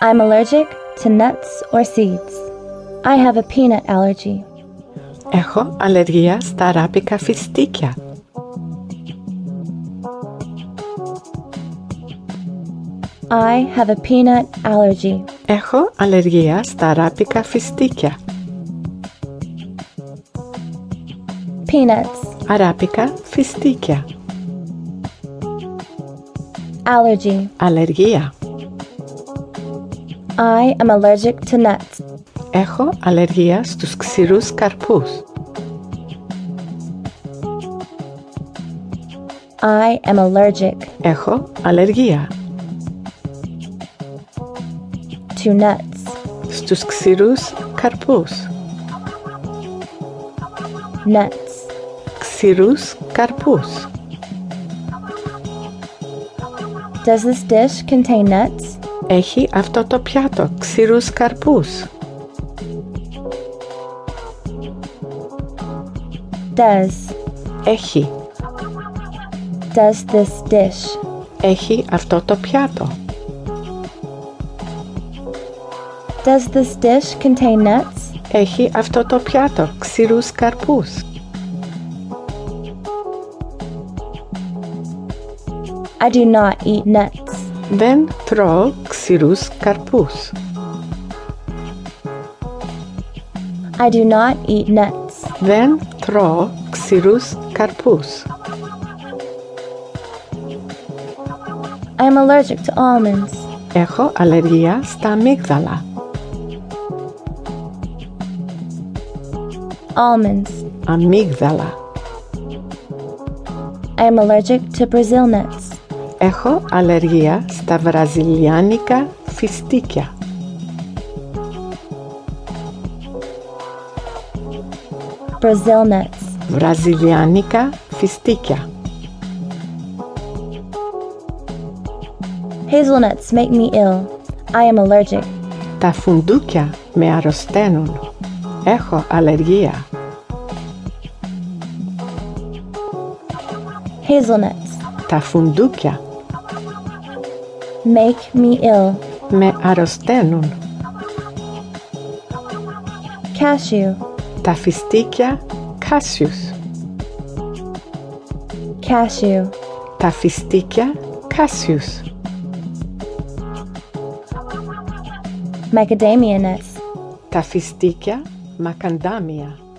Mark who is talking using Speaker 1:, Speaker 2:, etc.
Speaker 1: I'm allergic to nuts or seeds. I have a peanut allergy.
Speaker 2: Έχω αλλεργία στα αράπικα φιστίκια.
Speaker 1: I have a peanut allergy.
Speaker 2: Έχω αλλεργία στα αράπικα φιστίκια.
Speaker 1: Peanuts.
Speaker 2: Αράπικα φιστίκια.
Speaker 1: Allergy.
Speaker 2: Αλλεργία.
Speaker 1: I am allergic to nuts.
Speaker 2: Έχω αλλεργία στους ξηρούς καρπούς.
Speaker 1: I am allergic
Speaker 2: Έχω αλλεργία
Speaker 1: to nuts.
Speaker 2: στους ξηρούς καρπούς.
Speaker 1: Nuts.
Speaker 2: Ξηρούς καρπούς.
Speaker 1: Does this dish contain nuts?
Speaker 2: Έχει αυτό το πιάτο ξηρούς καρπούς.
Speaker 1: Does.
Speaker 2: Έχει.
Speaker 1: Does this dish
Speaker 2: Έχει αυτό το πιάτο.
Speaker 1: Does this dish contain nuts?
Speaker 2: Έχει αυτό το πιάτο ξηρούς καρπούς.
Speaker 1: I do not eat nuts.
Speaker 2: Δεν τρώω ξηρούς καρπούς.
Speaker 1: I do not eat nuts.
Speaker 2: Δεν τρώω ξηρούς καρπούς.
Speaker 1: I am allergic to almonds.
Speaker 2: Έχω αλλεργία στα αμύγδαλα.
Speaker 1: Almonds.
Speaker 2: Αμύγδαλα.
Speaker 1: I am allergic to Brazil nuts.
Speaker 2: Έχω αλλεργία στα βραζιλιάνικα φιστίκια.
Speaker 1: Brazil nuts.
Speaker 2: Βραζιλιάνικα φιστίκια.
Speaker 1: Hazelnuts make me ill. I am allergic.
Speaker 2: Τα φουντούκια με αρρωσταίνουν. Έχω αλλεργία.
Speaker 1: Hazelnuts
Speaker 2: Τα φουντούκια
Speaker 1: make me ill.
Speaker 2: με αρρωσταίνουν.
Speaker 1: Cashew.
Speaker 2: Τα φιστίκια κάσιους.
Speaker 1: Cashew.
Speaker 2: Τα φιστίκια κάσιους.
Speaker 1: Macadamia nuts.
Speaker 2: Τα φιστίκια μακαντάμια.